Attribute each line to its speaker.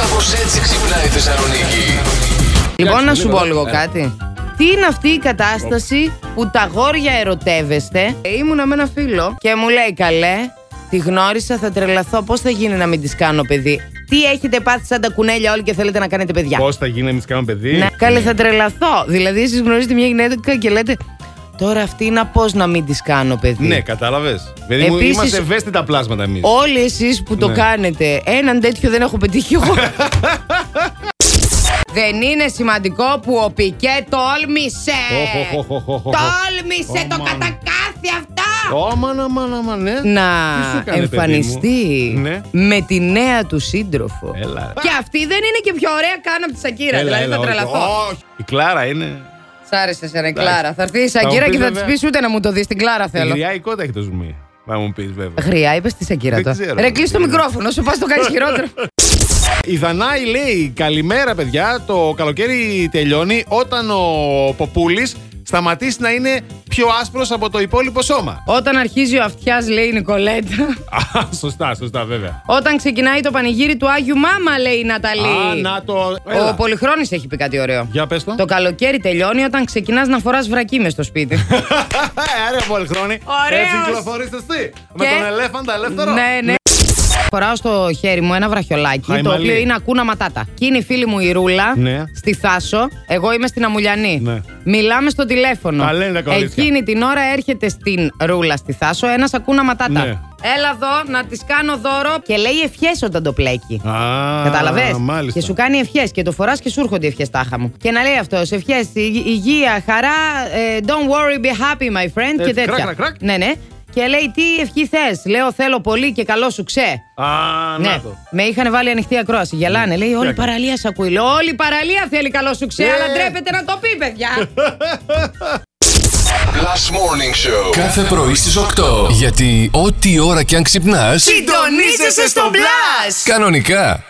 Speaker 1: Κάπως έτσι ξυπνάει η Θεσσαλονίκη.
Speaker 2: Λοιπόν,
Speaker 3: Εντάξει,
Speaker 2: να
Speaker 3: δεν
Speaker 2: σου
Speaker 3: είναι
Speaker 2: πω
Speaker 3: εδώ.
Speaker 2: λίγο
Speaker 3: Ε.
Speaker 2: κάτι. Τι είναι αυτή η κατάσταση που τα γόρια ερωτεύεστε. Ε, Ήμουνα με ένα φίλο και μου λέει καλέ, τη γνώρισα, θα τρελαθώ. Πώς θα γίνει να μην της κάνω παιδί. Τι έχετε πάθει σαν τα κουνέλια όλοι και θέλετε να κάνετε παιδιά.
Speaker 3: Πώς θα γίνει να μην τις κάνουμε παιδί.
Speaker 2: Ναι, καλέ, θα τρελαθώ. Δηλαδή, εσείς γνωρίζετε μια γυναίκα και λέτε Τώρα αυτή είναι πώς να μην τη κάνω παιδί.
Speaker 3: Ναι, κατάλαβες. Δηλαδή μου
Speaker 2: Επίσης-
Speaker 3: είμαστε ευαίσθητα πλάσματα εμείς.
Speaker 2: Όλοι εσείς που το
Speaker 3: Ναι.
Speaker 2: κάνετε, έναν τέτοιο δεν έχω πετύχει εγώ. Δεν είναι σημαντικό που ο Πικέ τόλμησε.
Speaker 3: Οχ, οχ, οχ, οχ, οχ.
Speaker 2: Τόλμησε το
Speaker 3: Αμάν.
Speaker 2: κατακάθι αυτό.
Speaker 3: Όμα να μα να μα, ναι.
Speaker 2: Να
Speaker 3: Τι σου έκανε, παιδί μου?
Speaker 2: εμφανιστεί
Speaker 3: Ναι.
Speaker 2: με τη νέα του σύντροφο.
Speaker 3: Έλα.
Speaker 2: Και αυτή δεν είναι και πιο ωραία καν από τη Σακύρα.
Speaker 3: Έλα,
Speaker 2: δηλαδή
Speaker 3: έλα,
Speaker 2: θα
Speaker 3: όχι.
Speaker 2: τρελαθώ.
Speaker 3: Όχι. Η Κλάρα είναι.
Speaker 2: Σ' άρεσε σε
Speaker 3: Εντάξει.
Speaker 2: Κλάρα. Θα έρθει η
Speaker 3: Θα μου
Speaker 2: Σακύρα
Speaker 3: πεις
Speaker 2: και θα τη
Speaker 3: βέβαια.
Speaker 2: πεις ούτε να μου το δεις. Την Κλάρα
Speaker 3: Η
Speaker 2: θέλω.
Speaker 3: γριά η κότα έχει το ζουμί. Να μου πεις βέβαια.
Speaker 2: Χρειά, είπες τη Σακύρα
Speaker 3: Δεν
Speaker 2: τώρα.
Speaker 3: ξέρω.
Speaker 2: Ρε, κλείσει το μικρόφωνο, σου πας το κάνεις χειρότερο.
Speaker 3: Η Δανάη λέει καλημέρα παιδιά, το καλοκαίρι τελειώνει όταν ο Ποπούλης σταματήσει να είναι πιο άσπρος από το υπόλοιπο σώμα.
Speaker 2: Όταν αρχίζει ο αυτιάς, λέει η Νικολέτα.
Speaker 3: Α, σωστά, σωστά βέβαια.
Speaker 2: Όταν ξεκινάει το πανηγύρι του Άγιου Μάμα, λέει η Ναταλή.
Speaker 3: Α, να το...
Speaker 2: Ο
Speaker 3: Έλα.
Speaker 2: Πολυχρόνης έχει πει κάτι ωραίο.
Speaker 3: Για πες το.
Speaker 2: Το καλοκαίρι τελειώνει όταν ξεκινάς να φοράς βρακί μες στο σπίτι.
Speaker 3: Ε, Άρα πολυχρόνη.
Speaker 2: Ωραίος.
Speaker 3: Έτσι κυκλοφορείς εσύ. Με
Speaker 2: Και-
Speaker 3: τον ελέφαντα ελεύθερο.
Speaker 2: ναι, ναι. Φοράω στο χέρι μου ένα βραχιολάκι,
Speaker 3: Χαϊμαλή.
Speaker 2: το οποίο είναι ακούνα ματάτα. Και είναι η φίλη μου η Ρούλα
Speaker 3: Ναι.
Speaker 2: στη Θάσο. Εγώ είμαι στην Αμουλιανή.
Speaker 3: Ναι.
Speaker 2: Μιλάμε στο τηλέφωνο.
Speaker 3: Τα λένε τα κορίτσια.
Speaker 2: Εκείνη την ώρα έρχεται στην Ρούλα στη Θάσο ένας ακούνα ματάτα.
Speaker 3: Ναι.
Speaker 2: Έλα εδώ να της κάνω δώρο και λέει ευχές όταν το πλέκει.
Speaker 3: Α,
Speaker 2: Κατάλαβες.
Speaker 3: Μάλιστα.
Speaker 2: Και σου κάνει ευχές και το φοράς και σου έρχονται ευχές τάχα μου. Και να λέει αυτός, ευχές, υγεία, χαρά, ε, don't worry, be happy, my friend
Speaker 3: Έτσι,
Speaker 2: και τέτοια.
Speaker 3: κρακ, κρακ, κρακ.
Speaker 2: Ναι, ναι. Και λέει, τι ευχή θες. Λέω, θέλω πολύ και καλό σου ξέ.
Speaker 3: Α,
Speaker 2: Ναι,
Speaker 3: να το. Ναι.
Speaker 2: με είχαν βάλει ανοιχτή ακρόαση. Γελάνε, λέει, όλη η
Speaker 3: έκανε.
Speaker 2: παραλία σ' ακούει. Λέω, όλη η παραλία θέλει καλό σου ξέ,
Speaker 3: Ε.
Speaker 2: αλλά ντρέπεται να το πει, παιδιά.
Speaker 1: Last Morning Show.
Speaker 4: Κάθε πρωί στις 8. Γιατί ό,τι ώρα κι αν ξυπνάς,
Speaker 2: Συντονίζεσαι στο μπλα!
Speaker 4: κανονικά.